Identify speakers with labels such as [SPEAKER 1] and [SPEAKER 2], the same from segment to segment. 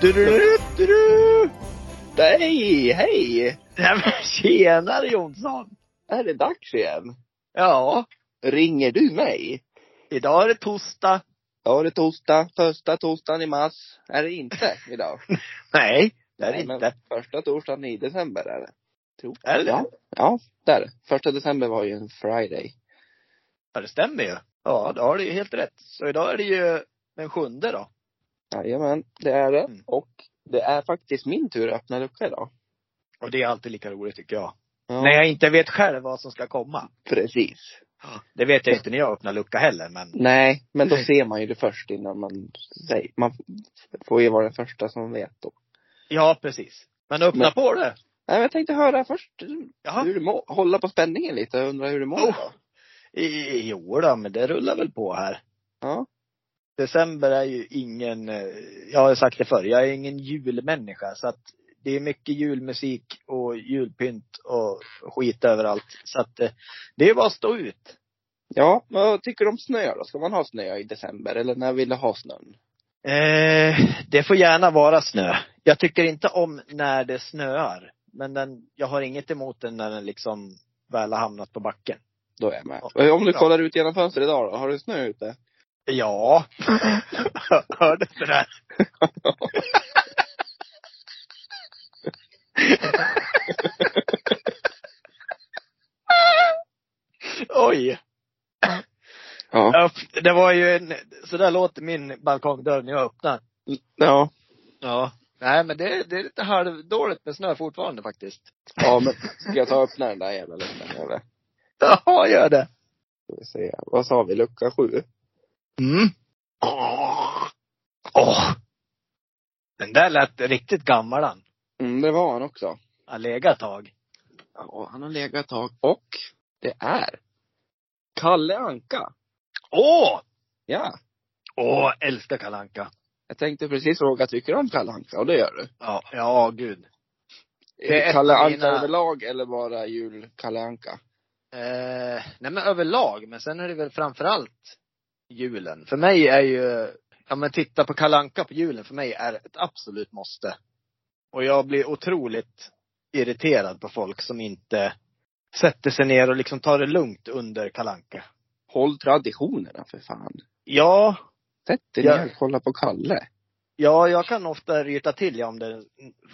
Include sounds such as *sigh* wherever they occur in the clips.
[SPEAKER 1] Du, du, du, du, du. Nej, hej!
[SPEAKER 2] Nej men tjenare Jonsson!
[SPEAKER 1] Är det dags igen?
[SPEAKER 2] Ja,
[SPEAKER 1] Ringer du mig?
[SPEAKER 2] idag är det torsdag.
[SPEAKER 1] Ja, det är torsdag. Första torsdagen i mars. Är
[SPEAKER 2] *laughs*
[SPEAKER 1] det inte idag?
[SPEAKER 2] Nej, det är det
[SPEAKER 1] Nej, men-
[SPEAKER 2] inte.
[SPEAKER 1] Första torsdagen i december är det. Tror
[SPEAKER 2] Är det det?
[SPEAKER 1] Ja, ja det är det. Första december var ju en friday.
[SPEAKER 2] Ja, det stämmer ju. Ja, då har du ju helt rätt. Så idag är det ju den sjunde då.
[SPEAKER 1] Jajamän, det är det.
[SPEAKER 2] Mm.
[SPEAKER 1] Och det är faktiskt min tur att öppna lucka idag.
[SPEAKER 2] Och det är alltid lika roligt tycker jag.
[SPEAKER 1] Ja,
[SPEAKER 2] När jag inte vet själv vad som ska komma.
[SPEAKER 1] precis.
[SPEAKER 2] Det vet jag inte när jag öppnar lucka heller men.
[SPEAKER 1] Nej, men då ser man ju det först innan man säger. Man får ju vara den första som vet då.
[SPEAKER 2] Ja, precis. Men öppna
[SPEAKER 1] Men-
[SPEAKER 2] på det.
[SPEAKER 1] Nej, men jag tänkte höra först
[SPEAKER 2] Jaha.
[SPEAKER 1] hur du mår. Hålla på spänningen lite. Jag undrar hur du mår.
[SPEAKER 2] Oh. I- Jo då, men det rullar väl på här.
[SPEAKER 1] Ja.
[SPEAKER 2] December är ju ingen, eh, jag har sagt det förr, jag är ingen julmänniska så att det är mycket julmusik och julpynt och skit överallt. Så att eh, det är bara att stå ut.
[SPEAKER 1] Ja, men vad tycker du om snö då? Ska man ha snö i december eller när vill du ha snön?
[SPEAKER 2] Eh, det får gärna vara snö. Jag tycker inte om när det snöar. Men den, jag har inget emot den när den liksom väl har hamnat på backen.
[SPEAKER 1] Då är jag med.
[SPEAKER 2] Ja.
[SPEAKER 1] Om du
[SPEAKER 2] Ja.
[SPEAKER 1] kollar ut genom fönstret idag då, har du snö ute?
[SPEAKER 2] Ja. Hörde du det där? Oj.
[SPEAKER 1] Ja.
[SPEAKER 2] Ja, f- Det var ju en, så där låter min balkongdörr när jag öppnar.
[SPEAKER 1] Ja.
[SPEAKER 2] Ja. Nej men det, det är lite halvdåligt med snö fortfarande faktiskt.
[SPEAKER 1] Ja, men ska jag ta och öppna den där jävla luckan eller?
[SPEAKER 2] Ja, gör det.
[SPEAKER 1] Ska vi se. Vad sa vi? Lucka sju?
[SPEAKER 2] Mm. Åh. Åh. Den där lät riktigt gammal han.
[SPEAKER 1] Mm, det var han också.
[SPEAKER 2] Han legat ett tag.
[SPEAKER 1] Ja, han har legat ett tag. Och det är Kalle Anka.
[SPEAKER 2] Åh!
[SPEAKER 1] Ja.
[SPEAKER 2] Åh, älskar Kalle Anka.
[SPEAKER 1] Jag tänkte precis fråga, tycker du om Kalle Anka? Och det gör du?
[SPEAKER 2] Ja, ja gud. Det är ett
[SPEAKER 1] Kalle
[SPEAKER 2] av
[SPEAKER 1] Anka
[SPEAKER 2] mina-
[SPEAKER 1] överlag eller bara jul-Kalle Anka?
[SPEAKER 2] Eh, nej men överlag, men sen är det väl framförallt julen. För mig är ju, ja men titta på Kalle Anka på julen, för mig är ett absolut måste. Och jag blir otroligt irriterad på folk som inte sätter sig ner och liksom tar det lugnt under Kalle Anka.
[SPEAKER 1] Håll traditionerna för fan.
[SPEAKER 2] Ja,
[SPEAKER 1] Sätt dig
[SPEAKER 2] Ja.
[SPEAKER 1] ner och kolla på Kalle.
[SPEAKER 2] Ja, jag kan ofta ryta till ja, om det.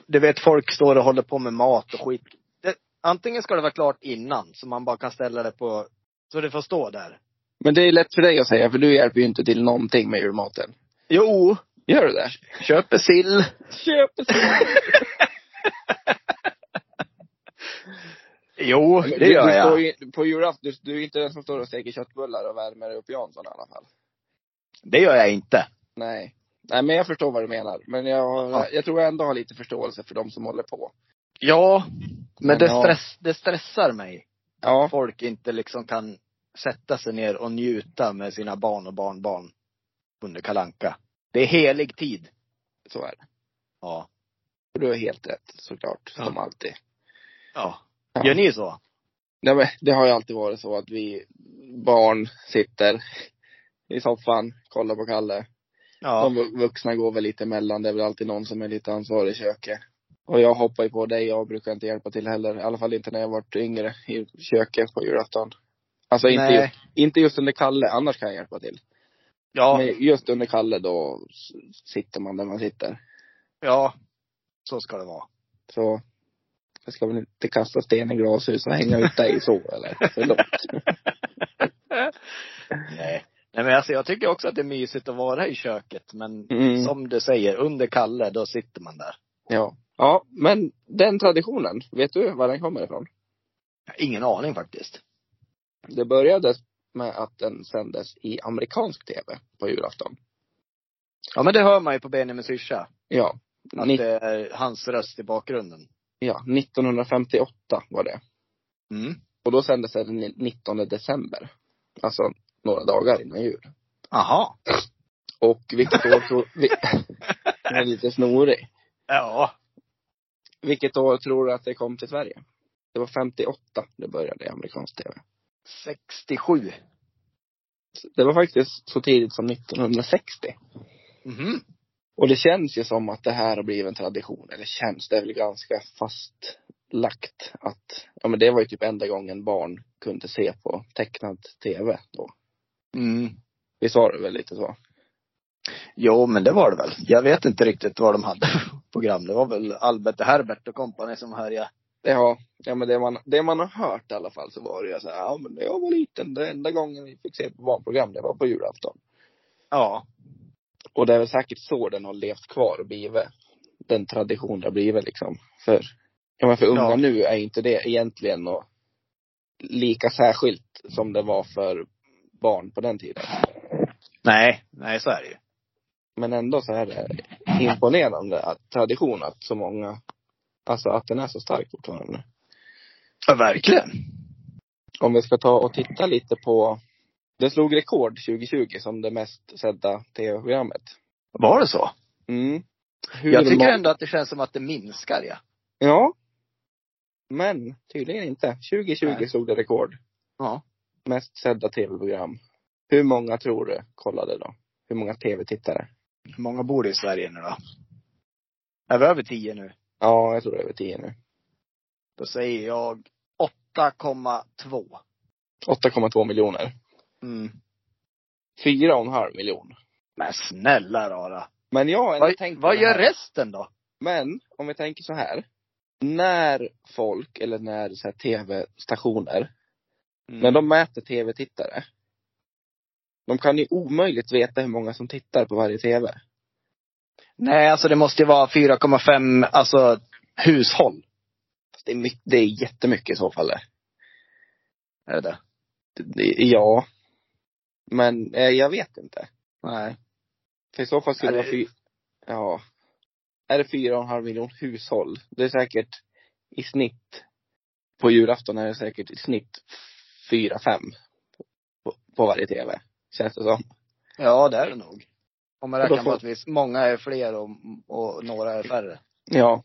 [SPEAKER 2] Du vet, folk står och håller på med mat och skit. Det, antingen ska det vara klart innan, så man bara kan ställa det på, så det får stå där.
[SPEAKER 1] Men det är lätt för dig att säga, för du hjälper ju inte till någonting med julmaten.
[SPEAKER 2] Jo,
[SPEAKER 1] Gör du det?
[SPEAKER 2] köper sill.
[SPEAKER 1] Köp
[SPEAKER 2] *laughs* Jo,
[SPEAKER 1] Men
[SPEAKER 2] *laughs* det
[SPEAKER 1] du,
[SPEAKER 2] gör
[SPEAKER 1] du
[SPEAKER 2] jag.
[SPEAKER 1] Står ju, på julafton, du, du är inte den som står och steker köttbullar och värmer upp Jansson i alla fall.
[SPEAKER 2] Det gör jag inte.
[SPEAKER 1] Nej. Nej men jag förstår vad du menar. Men jag,
[SPEAKER 2] Ja.
[SPEAKER 1] jag tror jag ändå har lite förståelse för de som håller på.
[SPEAKER 2] Ja, men
[SPEAKER 1] Men
[SPEAKER 2] det,
[SPEAKER 1] ja.
[SPEAKER 2] stress, det stressar mig.
[SPEAKER 1] Ja.
[SPEAKER 2] Folk inte liksom kan sätta sig ner och njuta med sina barn och barnbarn under kalanka. Det är helig tid.
[SPEAKER 1] Så är det.
[SPEAKER 2] Ja.
[SPEAKER 1] Du har helt rätt såklart,
[SPEAKER 2] Ja.
[SPEAKER 1] som alltid.
[SPEAKER 2] Ja.
[SPEAKER 1] Ja.
[SPEAKER 2] Gör ni så?
[SPEAKER 1] Nej, men det har ju alltid varit så att vi barn sitter i soffan, kollar på Kalle.
[SPEAKER 2] Ja.
[SPEAKER 1] De vu- vuxna går väl lite emellan. Det är väl alltid någon som är lite ansvarig i köket. Och jag hoppar ju på dig. Jag brukar inte hjälpa till heller. I alla fall inte när jag varit yngre i köket på julafton. Alltså inte,
[SPEAKER 2] Nej.
[SPEAKER 1] just, inte just under Kalle, annars kan jag hjälpa till.
[SPEAKER 2] Ja.
[SPEAKER 1] Men just under Kalle då s- sitter man där man sitter.
[SPEAKER 2] Ja, så ska det vara.
[SPEAKER 1] Så jag ska väl inte kasta sten i glashus och hänga ut dig så eller?
[SPEAKER 2] *laughs*
[SPEAKER 1] Förlåt.
[SPEAKER 2] Nej. Nej men alltså jag tycker också att det är mysigt att vara i köket. Men
[SPEAKER 1] Mm.
[SPEAKER 2] som du säger, under Kalle, då sitter man där.
[SPEAKER 1] Ja. Ja, men den traditionen, vet du var den kommer ifrån?
[SPEAKER 2] Jag har Ingen aning faktiskt.
[SPEAKER 1] Det började med att den sändes i amerikansk tv på julafton.
[SPEAKER 2] Ja men det hör man ju på Benjamin syrsa.
[SPEAKER 1] Ja.
[SPEAKER 2] Att
[SPEAKER 1] Ni,
[SPEAKER 2] det är hans röst i bakgrunden.
[SPEAKER 1] ja, 1958 var det.
[SPEAKER 2] Mm.
[SPEAKER 1] Och då sändes det den 19 december. Alltså några dagar innan jul.
[SPEAKER 2] Aha.
[SPEAKER 1] Och vilket år tror, vi, *laughs* jag är lite snorig.
[SPEAKER 2] Ja.
[SPEAKER 1] Vilket år tror du att det kom till Sverige? Det var 58 det började i amerikansk tv.
[SPEAKER 2] 67.
[SPEAKER 1] Så Det var faktiskt så tidigt som 1960.
[SPEAKER 2] Mhm.
[SPEAKER 1] Och det känns ju som att det här har blivit en tradition. Eller känns, det är väl ganska fastlagt att, ja men det var ju typ enda gången barn kunde se på tecknad tv då.
[SPEAKER 2] Mm.
[SPEAKER 1] Visst var det väl lite så?
[SPEAKER 2] Jo, men det var det väl. Jag vet inte riktigt vad de hade för program. Det var väl Albert och Herbert och kompani som hörde jag.
[SPEAKER 1] Ja, ja men det man, det man har hört i alla fall så var det ju så här, ja men när jag var liten, den enda gången vi fick se på barnprogram, det var på julafton.
[SPEAKER 2] Ja.
[SPEAKER 1] Och det är väl säkert så den har levt kvar och blivit. Den tradition det har blivit liksom. För, ja men för unga
[SPEAKER 2] Ja.
[SPEAKER 1] nu är ju inte det egentligen och lika särskilt som det var för barn på den tiden.
[SPEAKER 2] Nej, nej så är det ju.
[SPEAKER 1] Men ändå så är det imponerande att, tradition att så många, alltså att den är så stark fortfarande.
[SPEAKER 2] Ja, verkligen.
[SPEAKER 1] Om vi ska ta och titta lite på, det slog rekord 2020 som det mest sedda tv-programmet.
[SPEAKER 2] Var det så?
[SPEAKER 1] Mm. Hur
[SPEAKER 2] Jag tycker
[SPEAKER 1] många-
[SPEAKER 2] ändå att det känns som att det minskar, ja.
[SPEAKER 1] Ja. Men tydligen inte. 2020
[SPEAKER 2] Nej.
[SPEAKER 1] slog det rekord.
[SPEAKER 2] Ja.
[SPEAKER 1] Mest sedda tv-program. Hur många tror du kollade då? Hur många tv-tittare?
[SPEAKER 2] Hur många bor i Sverige nu då? Är vi över 10 nu?
[SPEAKER 1] Ja, jag tror det är över 10 nu.
[SPEAKER 2] Då säger jag 8,2.
[SPEAKER 1] 8,2 miljoner.
[SPEAKER 2] Mm.
[SPEAKER 1] 4,5 miljon.
[SPEAKER 2] Men snälla rara.
[SPEAKER 1] Men jag har ändå
[SPEAKER 2] Vad,
[SPEAKER 1] tänkt på
[SPEAKER 2] vad
[SPEAKER 1] det här.
[SPEAKER 2] gör resten då?
[SPEAKER 1] Men om vi tänker så här. När folk, eller när så här tv-stationer
[SPEAKER 2] Mm.
[SPEAKER 1] När de mäter tv-tittare, de kan ju omöjligt veta hur många som tittar på varje tv.
[SPEAKER 2] Nej, alltså det måste ju vara 4,5, alltså hushåll.
[SPEAKER 1] Fast det, är mycket, det är jättemycket i så fall. det.
[SPEAKER 2] Är det det?
[SPEAKER 1] Det- det- Ja. Men eh, jag vet inte.
[SPEAKER 2] Nej.
[SPEAKER 1] För i så fall skulle
[SPEAKER 2] Ja,
[SPEAKER 1] det
[SPEAKER 2] det-
[SPEAKER 1] vara fy... Ja. Är det fyra och en halv miljon hushåll? Det är säkert i snitt, på julafton är det säkert i snitt fyra, fem på, på varje tv. Känns det som.
[SPEAKER 2] Ja, det är det nog. Om man
[SPEAKER 1] Och då
[SPEAKER 2] räknar på
[SPEAKER 1] får-
[SPEAKER 2] att visst, många är fler och, och några är färre.
[SPEAKER 1] Ja.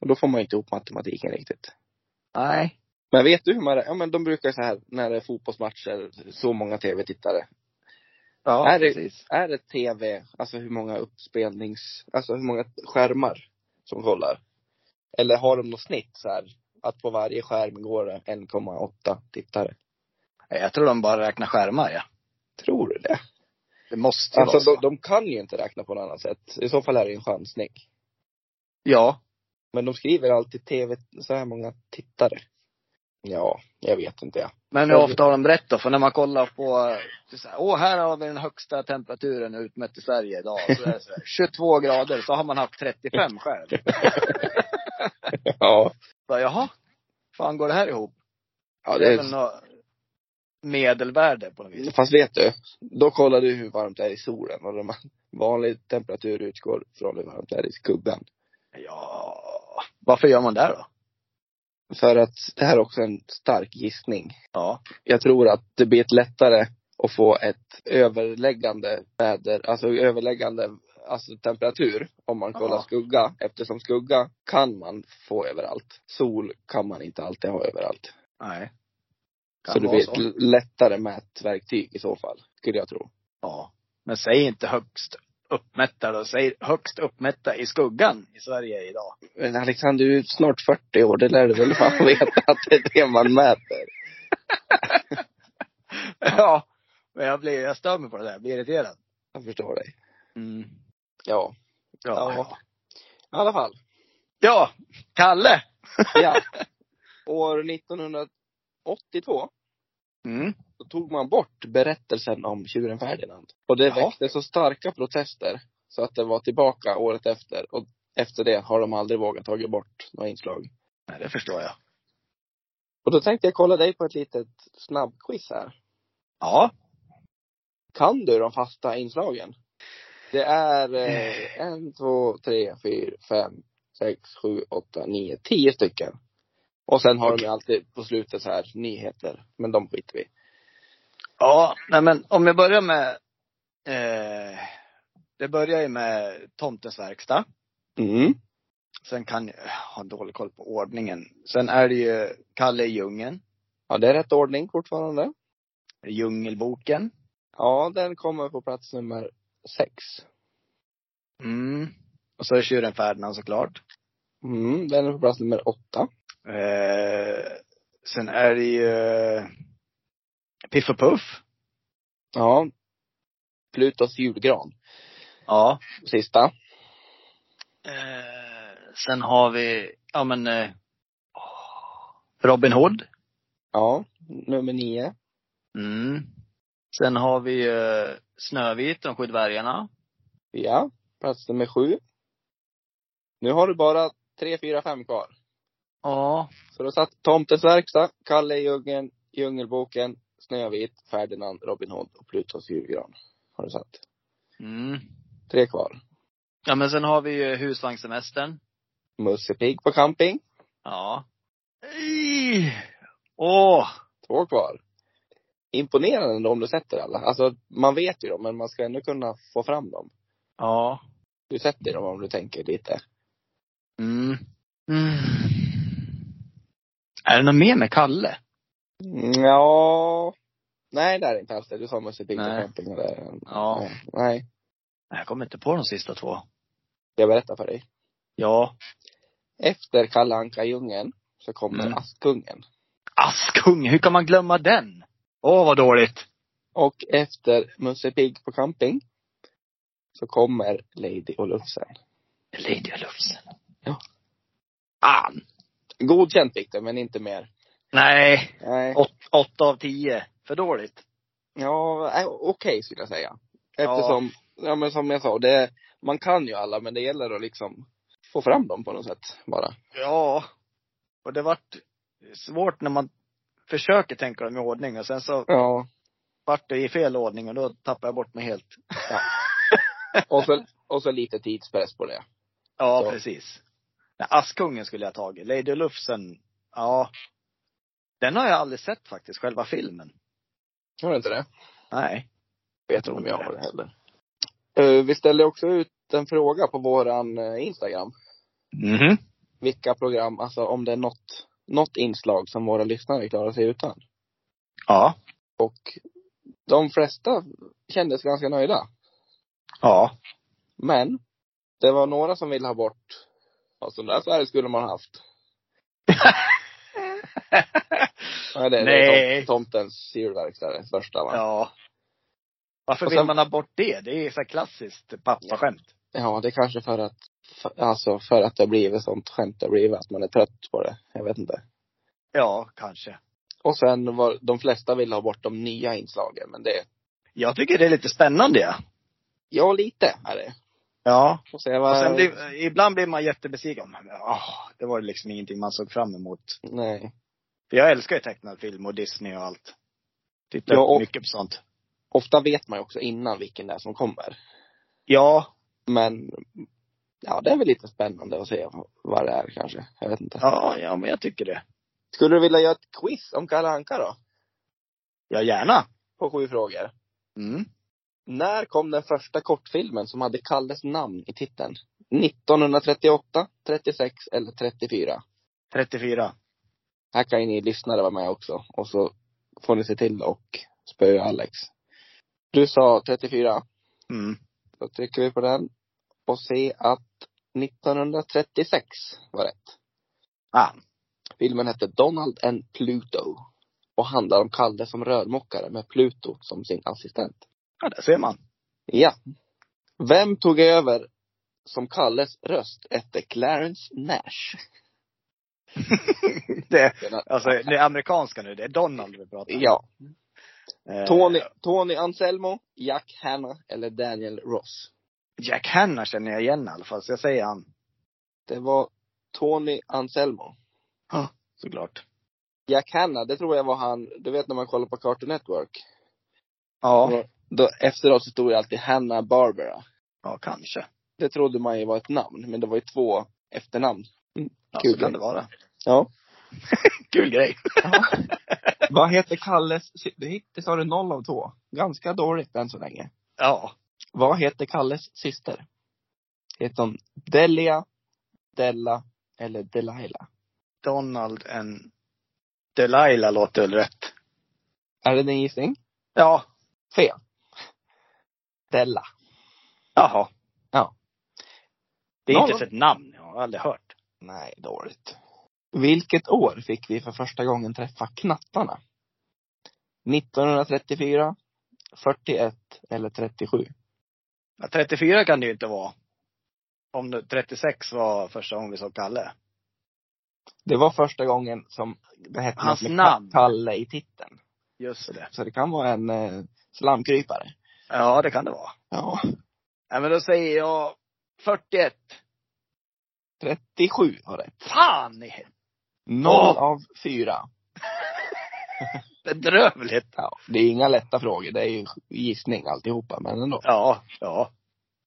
[SPEAKER 1] Och då får man ju inte ihop matematiken riktigt.
[SPEAKER 2] Nej.
[SPEAKER 1] Men vet du hur man, ja men de brukar så här när det är fotbollsmatcher, så många tv-tittare.
[SPEAKER 2] Ja,
[SPEAKER 1] Är det-
[SPEAKER 2] precis.
[SPEAKER 1] Är det tv, alltså hur många uppspelnings, alltså hur många skärmar som kollar? Eller har de något snitt så här, att på varje skärm går det 1,8 tittare?
[SPEAKER 2] Nej, Jag tror de bara räknar skärmar, ja.
[SPEAKER 1] Tror du det?
[SPEAKER 2] Det måste ju
[SPEAKER 1] Alltså
[SPEAKER 2] vara så.
[SPEAKER 1] de, de kan ju inte räkna på något annat sätt. I så fall är det ju en chansning.
[SPEAKER 2] Ja.
[SPEAKER 1] Men de skriver alltid tv, så här många tittare. Ja, jag vet inte jag.
[SPEAKER 2] Men hur ofta har de rätt då? För när man kollar på, det är så här, åh här har vi den högsta temperaturen utmätt i Sverige idag. Så är det så här, *laughs* 22 grader, så har man haft 35 själv.
[SPEAKER 1] *laughs* Ja.
[SPEAKER 2] Så, jaha, fan går det här ihop?
[SPEAKER 1] Ja,
[SPEAKER 2] det
[SPEAKER 1] det
[SPEAKER 2] är väl
[SPEAKER 1] är,
[SPEAKER 2] något medelvärde på något vis.
[SPEAKER 1] fast vet du, då kollar du hur varmt det är i solen och de, *laughs* vanlig temperatur utgår från hur varmt det är i skuggan.
[SPEAKER 2] Ja, varför gör man det då?
[SPEAKER 1] För att det här är också en stark gissning.
[SPEAKER 2] Ja.
[SPEAKER 1] Jag tror att det blir ett lättare att få ett överläggande väder, alltså överläggande alltså temperatur om man kollar
[SPEAKER 2] Ja.
[SPEAKER 1] skugga. Eftersom skugga kan man få överallt. Sol kan man inte alltid ha överallt.
[SPEAKER 2] Nej.
[SPEAKER 1] så det blir ett l- lättare mätverktyg i så fall, skulle jag tro.
[SPEAKER 2] Ja. Men säg inte högst uppmätta då. Säg högst uppmätta i skuggan i Sverige idag. *laughs*
[SPEAKER 1] Men Alexander, du är snart 40 år, det lär du väl *laughs* fan veta att det är det man mäter.
[SPEAKER 2] ja. Men jag blir, jag stör mig på det där. Jag blir irriterad.
[SPEAKER 1] Jag förstår dig.
[SPEAKER 2] Mm.
[SPEAKER 1] Ja.
[SPEAKER 2] Ja.
[SPEAKER 1] Ja.
[SPEAKER 2] ja.
[SPEAKER 1] I alla fall.
[SPEAKER 2] Ja, Kalle!
[SPEAKER 1] Ja. *laughs* År 1982
[SPEAKER 2] Mm.
[SPEAKER 1] då tog man bort berättelsen om tjuren Ferdinand. Och det
[SPEAKER 2] Jaha.
[SPEAKER 1] väckte så starka protester så att det var tillbaka året efter. Och efter det har de aldrig vågat ta bort några inslag.
[SPEAKER 2] Nej, det förstår jag.
[SPEAKER 1] Och då tänkte jag kolla dig på ett litet snabbquiz här.
[SPEAKER 2] Ja.
[SPEAKER 1] Kan du de fasta inslagen? Det är eh, en, två, tre, fyra, fem, sex, sju, åtta, nio, tio stycken. Och sen har de ju alltid på slutet så här nyheter. Men de skiter vi i.
[SPEAKER 2] Ja, nej men om jag börjar med eh, det börjar ju med Tomtens verkstad.
[SPEAKER 1] Mm.
[SPEAKER 2] Sen kan jag ha dålig koll på ordningen. Sen är det ju Kalle i djungeln,
[SPEAKER 1] Ja, det är rätt ordning fortfarande.
[SPEAKER 2] Djungelboken.
[SPEAKER 1] Ja, den kommer på plats nummer sex.
[SPEAKER 2] Mm. Och så är tjuren Ferdinand såklart.
[SPEAKER 1] Mm, den är på plats nummer åtta.
[SPEAKER 2] Eh, sen är det ju eh, Piff och Puff.
[SPEAKER 1] Ja. Plutos julgran.
[SPEAKER 2] Ja.
[SPEAKER 1] Sista.
[SPEAKER 2] Eh, sen har vi, ja men, eh, Robin Hood.
[SPEAKER 1] Ja. Nummer nio.
[SPEAKER 2] Mm. Sen har vi eh, Snövit, de sju dvärgarna.
[SPEAKER 1] Ja. Plats nummer sju. Nu har du bara tre, fyra, fem kvar.
[SPEAKER 2] Ja.
[SPEAKER 1] Så då satt Tomtens verkstad, Kalle i djungeln, Djungelboken, Snövit, Ferdinand, Robin Hood och Plutos julgran. Har du satt.
[SPEAKER 2] Mm.
[SPEAKER 1] Tre kvar.
[SPEAKER 2] Ja men sen har vi ju husvagnssemestern.
[SPEAKER 1] Musse Pigg på camping.
[SPEAKER 2] Ja. Ih! Åh!
[SPEAKER 1] Två kvar. Imponerande ändå om du sätter alla. Alltså man vet ju dem men man ska ändå kunna få fram dem.
[SPEAKER 2] Ja.
[SPEAKER 1] Du sätter dem om du tänker lite.
[SPEAKER 2] Mm. mm. Är det något mer med Kalle?
[SPEAKER 1] Mm, Ja. Nej det är det inte alls det. Du sa Musse Pigg på
[SPEAKER 2] Nej.
[SPEAKER 1] camping. och det-
[SPEAKER 2] Ja.
[SPEAKER 1] Nej. Nej.
[SPEAKER 2] Jag kommer inte på de sista två.
[SPEAKER 1] Jag berättar för dig.
[SPEAKER 2] Ja.
[SPEAKER 1] Efter Kalle Anka i djungeln så kommer
[SPEAKER 2] Mm.
[SPEAKER 1] Askungen.
[SPEAKER 2] Askung, hur kan man glömma den? Åh vad dåligt.
[SPEAKER 1] Och efter Musse Pigg på camping så kommer Lady och Lufsen.
[SPEAKER 2] Lady och Lufsen.
[SPEAKER 1] Ja.
[SPEAKER 2] Fan.
[SPEAKER 1] Godkänt Viktor, men inte mer.
[SPEAKER 2] Nej.
[SPEAKER 1] Nej.
[SPEAKER 2] Åt, åtta av tio. För dåligt.
[SPEAKER 1] Ja, nej, okej skulle jag säga. Eftersom, ja. men som jag sa, det, man kan ju alla men det gäller att liksom få fram dem på något sätt bara.
[SPEAKER 2] Ja. Och det vart svårt när man försöker tänka dem i ordning och sen så
[SPEAKER 1] Ja.
[SPEAKER 2] vart det i fel ordning och då tappade jag bort mig helt.
[SPEAKER 1] *laughs* Och så, och så lite tidspress på det.
[SPEAKER 2] Ja,
[SPEAKER 1] Så.
[SPEAKER 2] precis. Nej, Askungen skulle jag ha tagit. Lady och Lufsen, ja. Den har jag aldrig sett faktiskt, själva filmen.
[SPEAKER 1] Har du inte det?
[SPEAKER 2] Nej.
[SPEAKER 1] Vet inte om jag har det heller. Eh, Vi ställde också ut en fråga på våran eh, Instagram.
[SPEAKER 2] Mhm.
[SPEAKER 1] Vilka program, alltså om det är något, något inslag som våra lyssnare klarar sig utan.
[SPEAKER 2] Ja.
[SPEAKER 1] Och de flesta kändes ganska nöjda.
[SPEAKER 2] Ja.
[SPEAKER 1] Men det var några som ville ha bort, ja sån där färg skulle man
[SPEAKER 2] *laughs*
[SPEAKER 1] haft. Nej, det är
[SPEAKER 2] Nej.
[SPEAKER 1] Nej. tomtens julverkstad, det första va? Ja.
[SPEAKER 2] ja. Varför
[SPEAKER 1] Och
[SPEAKER 2] vill
[SPEAKER 1] sen-
[SPEAKER 2] man ha bort det? Det är så här klassiskt pappaskämt.
[SPEAKER 1] ja, det är kanske för att, för, alltså för att det har blivit sånt skämt det har blivit, att man är trött på det. Jag vet inte.
[SPEAKER 2] Ja, kanske.
[SPEAKER 1] Och sen var, de flesta ville ha bort de nya inslagen, men det,
[SPEAKER 2] Jag tycker det är lite spännande ja.
[SPEAKER 1] ja lite är det.
[SPEAKER 2] Ja.
[SPEAKER 1] Får se
[SPEAKER 2] Och
[SPEAKER 1] vad,
[SPEAKER 2] sen blir, ibland blir man jättebesviken. Men, ah, det var liksom ingenting man såg fram emot.
[SPEAKER 1] nej.
[SPEAKER 2] För jag älskar ju tecknad film och Disney och allt. Tittar
[SPEAKER 1] Ja, och-
[SPEAKER 2] mycket på sånt.
[SPEAKER 1] Ofta vet man ju också innan vilken det är som kommer.
[SPEAKER 2] Ja,
[SPEAKER 1] Men, ja det är väl lite spännande att se vad det är kanske. Jag vet inte.
[SPEAKER 2] ja, ja men jag tycker det.
[SPEAKER 1] Skulle du vilja göra ett quiz om Kalle Anka då?
[SPEAKER 2] Ja, gärna.
[SPEAKER 1] På sju frågor.
[SPEAKER 2] Mm.
[SPEAKER 1] När kom den första kortfilmen som hade Kalles namn i titeln? 1938, 36 eller 34?
[SPEAKER 2] 34.
[SPEAKER 1] Här kan ju ni lyssnare vara med också. Och så får ni se till och spöa Alex. Du sa 34.
[SPEAKER 2] Mm.
[SPEAKER 1] Då trycker vi på den. Och se att 1936 var rätt.
[SPEAKER 2] Ah.
[SPEAKER 1] Filmen hette Donald and Pluto. Och handlar om Kalle som rörmokare med Pluto som sin assistent.
[SPEAKER 2] Ja, där ser man. *laughs*
[SPEAKER 1] Ja. Vem tog över som Kalles röst efter Clarence Nash?
[SPEAKER 2] det, alltså, det är amerikanska nu. Det är Donald vi pratar om.
[SPEAKER 1] Ja.
[SPEAKER 2] Eh,
[SPEAKER 1] Tony, Tony Anselmo, Jack Hanna eller Daniel Ross?
[SPEAKER 2] Jack Hanna känner jag igen i alla fall, så jag säger han.
[SPEAKER 1] Det var Tony Anselmo.
[SPEAKER 2] Såklart.
[SPEAKER 1] Jack Hanna, det tror jag var han, du vet när man kollar på Cartoon Network.
[SPEAKER 2] Ja.
[SPEAKER 1] Då, efteråt så stod det alltid Hanna Barbera.
[SPEAKER 2] Ja, kanske.
[SPEAKER 1] Det trodde man ju var ett namn, men det var ju två efternamn.
[SPEAKER 2] Ja,
[SPEAKER 1] Kul
[SPEAKER 2] så kan
[SPEAKER 1] grej.
[SPEAKER 2] det vara.
[SPEAKER 1] Ja.
[SPEAKER 2] Kul grej. *laughs*
[SPEAKER 1] Vad heter Kalles, det sa du noll av två. Ganska dåligt än så länge.
[SPEAKER 2] Ja.
[SPEAKER 1] Vad heter Kalles syster? Heter hon Delia, Della eller Delilah?
[SPEAKER 2] Donald and Delilah låter väl rätt.
[SPEAKER 1] Är det din gissning?
[SPEAKER 2] Ja.
[SPEAKER 1] Fel. Della.
[SPEAKER 2] Jaha.
[SPEAKER 1] Ja.
[SPEAKER 3] Det är
[SPEAKER 1] Ja,
[SPEAKER 3] inte
[SPEAKER 1] ja.
[SPEAKER 3] ens ett namn. Jag har aldrig hört.
[SPEAKER 1] Nej, dåligt. Vilket år fick vi för första gången träffa knattarna? 1934, 41 eller 37?
[SPEAKER 2] Ja, 34 kan det ju inte vara. Om det- 36 var första gången vi såg Kalle.
[SPEAKER 1] Det var första gången som det hette
[SPEAKER 2] Hans
[SPEAKER 1] något med
[SPEAKER 2] namn.
[SPEAKER 1] Kalle i titeln.
[SPEAKER 2] Just det.
[SPEAKER 1] Så det kan vara en eh, slamkrypare.
[SPEAKER 2] Ja, det kan det vara.
[SPEAKER 1] Ja.
[SPEAKER 2] Ja, men då säger jag 41.
[SPEAKER 1] 37 var det.
[SPEAKER 2] Fan i helvete.
[SPEAKER 1] Noll
[SPEAKER 2] Åh!
[SPEAKER 1] av fyra.
[SPEAKER 2] Bedrövligt.
[SPEAKER 1] Ja, det är inga lätta frågor. Det är ju gissning alltihopa, men ändå.
[SPEAKER 2] Ja, ja.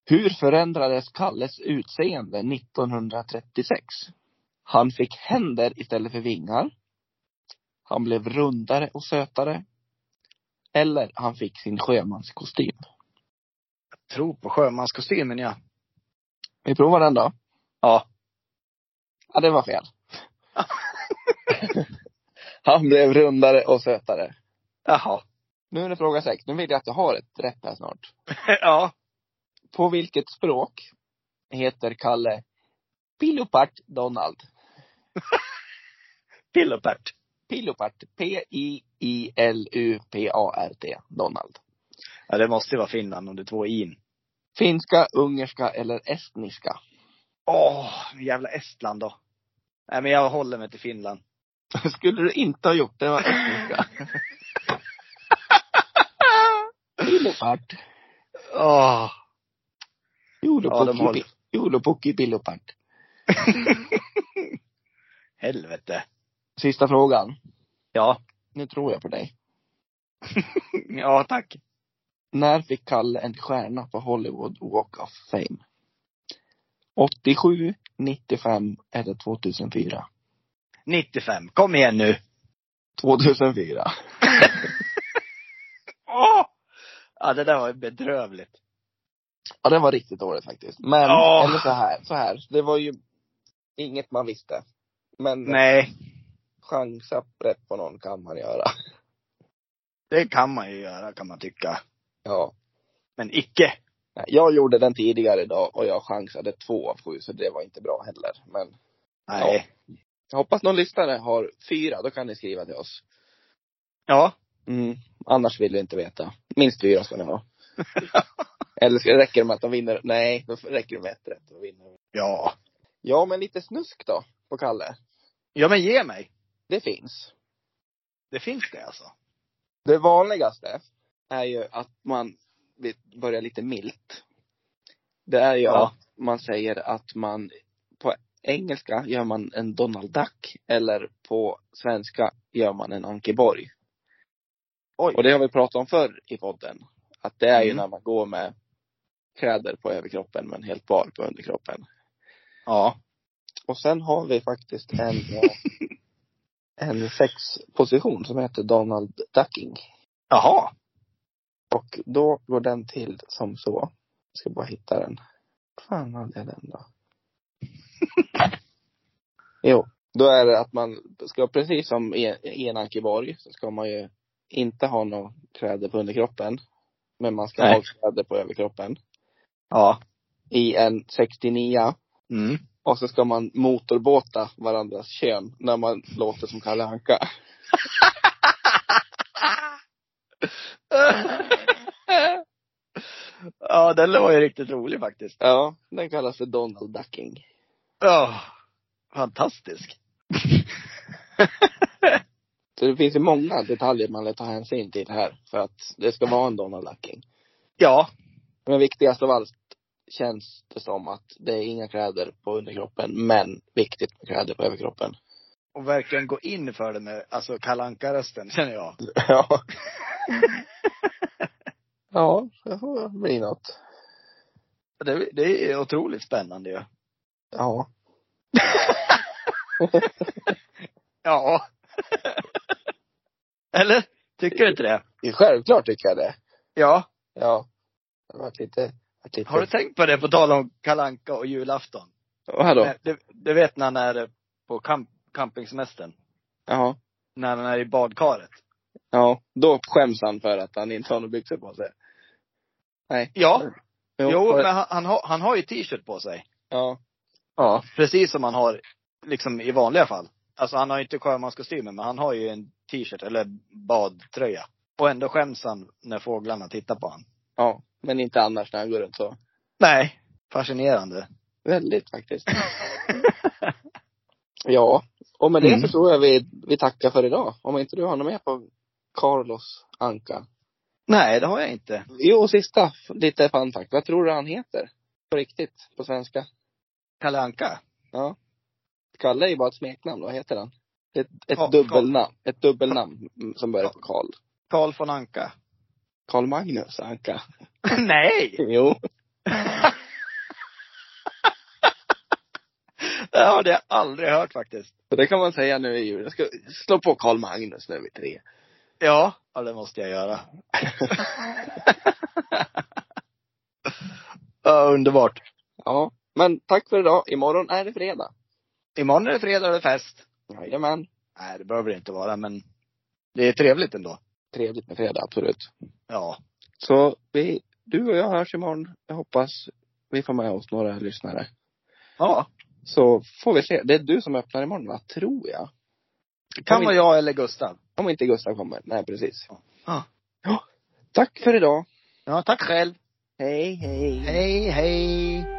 [SPEAKER 1] Hur förändrades Kalles utseende 1936? Han fick händer istället för vingar. Han blev rundare och sötare. Eller han fick sin sjömanskostym.
[SPEAKER 2] Tro på sjömanskostymen ja.
[SPEAKER 1] Vi provar den då.
[SPEAKER 2] Ja.
[SPEAKER 1] Ja, det var fel. han blev rundare och sötare.
[SPEAKER 2] Jaha. *laughs*
[SPEAKER 1] Nu är det fråga sex. Nu vill jag att jag har ett rätt här snart.
[SPEAKER 2] Ja.
[SPEAKER 1] På vilket språk heter Kalle Pilopart Donald?
[SPEAKER 2] Pillopert.
[SPEAKER 1] Pilopart. P-I-I-L-U-P-A-R-T. Donald.
[SPEAKER 2] Ja, det måste ju vara Finland om det är två in.
[SPEAKER 1] Finska, ungerska eller estniska? *laughs*
[SPEAKER 2] Åh, jävla Estland då. Nej, men jag håller mig till Finland.
[SPEAKER 1] Skulle du inte ha gjort det var estniska. *laughs* Pilopart.
[SPEAKER 2] Åh. Ja, de håller.
[SPEAKER 1] Jolopukki Jolopukki Pilopart.
[SPEAKER 2] Helvete.
[SPEAKER 1] Sista frågan.
[SPEAKER 2] Ja.
[SPEAKER 1] Nu tror jag på dig.
[SPEAKER 2] Ja, tack.
[SPEAKER 1] När fick Kalle en stjärna på Hollywood Walk of Fame? 87, 95 eller 2004?
[SPEAKER 2] 95. Kom igen nu.
[SPEAKER 1] 2004.
[SPEAKER 2] Åh! Ja, det där var ju bedrövligt.
[SPEAKER 1] Ja, det var riktigt dåligt faktiskt. Men,
[SPEAKER 2] Ja.
[SPEAKER 1] eller så här, så här. Det var ju inget man visste. Men
[SPEAKER 2] Nej,
[SPEAKER 1] chansa rätt på någon kan man göra.
[SPEAKER 2] det kan man ju göra kan man tycka.
[SPEAKER 1] Ja.
[SPEAKER 2] Men icke.
[SPEAKER 1] Nej, Jag gjorde den tidigare idag och jag chansade två av sju, så det var inte bra heller. Men
[SPEAKER 2] Nej.
[SPEAKER 1] jag hoppas någon lyssnare har fyra, då kan ni skriva till oss.
[SPEAKER 2] Ja.
[SPEAKER 1] Mm. Annars vill vi inte veta. Minst fyra ska ni ha. Eller ska, räcker det med att de vinner? Nej, då räcker det med ett rätt. Då vinner de.
[SPEAKER 2] Ja.
[SPEAKER 1] Ja, men lite snusk då, på Kalle.
[SPEAKER 2] Ja, men ge mig.
[SPEAKER 1] Det finns.
[SPEAKER 2] Det finns det alltså.
[SPEAKER 1] Det vanligaste är ju att man blir- börjar lite milt. Det är ju
[SPEAKER 2] Ja.
[SPEAKER 1] att man säger att man, på engelska gör man en Donald Duck eller på svenska gör man en Ankeborg.
[SPEAKER 2] Oj.
[SPEAKER 1] Och det har vi pratat om förr i podden. Att det är ju
[SPEAKER 2] Mm.
[SPEAKER 1] när man går med kläder på överkroppen men helt bar på underkroppen.
[SPEAKER 2] Ja.
[SPEAKER 1] Och sen har vi faktiskt
[SPEAKER 2] *laughs*
[SPEAKER 1] en, eh, en sexposition som heter Donald Ducking.
[SPEAKER 2] Jaha.
[SPEAKER 1] Och då går den till som så. Jag ska bara hitta den. Fan hade jag den då? *laughs* jo, då är det att man ska precis som i i en ankeborg så ska man ju inte ha några kläder på underkroppen. Men man ska
[SPEAKER 2] Nej.
[SPEAKER 1] ha kläder på överkroppen.
[SPEAKER 2] Ja.
[SPEAKER 1] I en 69
[SPEAKER 2] Mm. *laughs*
[SPEAKER 1] och så ska man motorbåta varandras kön när man låter som Kalle Anka. *laughs*
[SPEAKER 2] ja, den var ju riktigt rolig faktiskt.
[SPEAKER 1] Ja, den kallas för Donald Ducking.
[SPEAKER 2] Ja. Fantastisk.
[SPEAKER 1] Så det finns ju många detaljer man lär ta hänsyn till här för att det ska vara en Donald Ducking.
[SPEAKER 2] Ja.
[SPEAKER 1] Men viktigast av allt känns det som att det är inga kläder på underkroppen, men viktigt med kläder på överkroppen.
[SPEAKER 2] Och verkligen gå in för det med, alltså kalanka rösten känner jag.
[SPEAKER 1] Ja. *laughs* ja, det får bli något.
[SPEAKER 2] Det, det är otroligt spännande ju.
[SPEAKER 1] Ja.
[SPEAKER 2] Ja. *laughs* Eller? Tycker du inte det?
[SPEAKER 1] Självklart tycker jag det.
[SPEAKER 2] Ja.
[SPEAKER 1] Ja. Det har varit lite, varit lite...
[SPEAKER 2] Har du tänkt på det på tal om kalanka och julafton?
[SPEAKER 1] Vadå?
[SPEAKER 2] Nej, Du, du vet när han är på camp, campingsemestern?
[SPEAKER 1] Jaha.
[SPEAKER 2] När han är i badkaret?
[SPEAKER 1] Ja. Då skäms han för att han inte har några byxor på sig. Nej.
[SPEAKER 2] Ja. Jo,
[SPEAKER 1] var det-
[SPEAKER 2] men han, han, har, han har ju t-shirt på sig.
[SPEAKER 1] Ja. Ja.
[SPEAKER 2] Precis som man har liksom i vanliga fall. Alltså han har ju inte sjömanskostymen, men han har ju en t-shirt eller badtröja. Och ändå skäms han när fåglarna tittar på han.
[SPEAKER 1] Ja. Men inte annars när han går runt så.
[SPEAKER 2] Nej. Fascinerande.
[SPEAKER 1] Väldigt faktiskt. Ja. Och med det
[SPEAKER 2] Mm.
[SPEAKER 1] så tror jag vi, vi tackar för idag. Om inte du har något mer på Carlos Anka.
[SPEAKER 2] Nej, det har jag inte.
[SPEAKER 1] Jo, sista f- lite fun fact. Vad tror du han heter? På riktigt, på svenska.
[SPEAKER 2] Kalle Anka?
[SPEAKER 1] Kalle är ju bara ett smeknamn. Vad heter han? Ett, ett
[SPEAKER 2] Karl-
[SPEAKER 1] dubbelnamn. Ett dubbelnamn mm, som börjar på Karl.
[SPEAKER 2] Karl von Anka? *laughs*
[SPEAKER 1] Karl Magnus Anka. *laughs*
[SPEAKER 2] Nej! *laughs*
[SPEAKER 1] Jo.
[SPEAKER 2] det har jag aldrig hört faktiskt.
[SPEAKER 1] Så det kan man säga nu i jul. Jag ska slå på Karl Magnus nu vid tre.
[SPEAKER 2] Ja. Ja, det måste jag göra. *laughs* ja, underbart.
[SPEAKER 1] Ja. Men tack för idag. Imorgon är det fredag.
[SPEAKER 2] Imorgon är det fredag och det är fest.
[SPEAKER 1] Jajamän.
[SPEAKER 2] Nej, det behöver det inte vara, men det är trevligt ändå.
[SPEAKER 1] Trevligt med fredag, absolut.
[SPEAKER 2] Ja.
[SPEAKER 1] Så vi, du och jag hörs imorgon. Jag hoppas vi får med oss några lyssnare.
[SPEAKER 2] Ja.
[SPEAKER 1] Så får vi se. Det är du som öppnar imorgon va? Tror jag.
[SPEAKER 2] Kan vara jag eller Gustav.
[SPEAKER 1] Om inte Gustav kommer. Nej precis.
[SPEAKER 2] Ja.
[SPEAKER 1] Ja. Tack för idag.
[SPEAKER 2] Ja, tack själv.
[SPEAKER 1] Hej hej.
[SPEAKER 2] Hej, hej.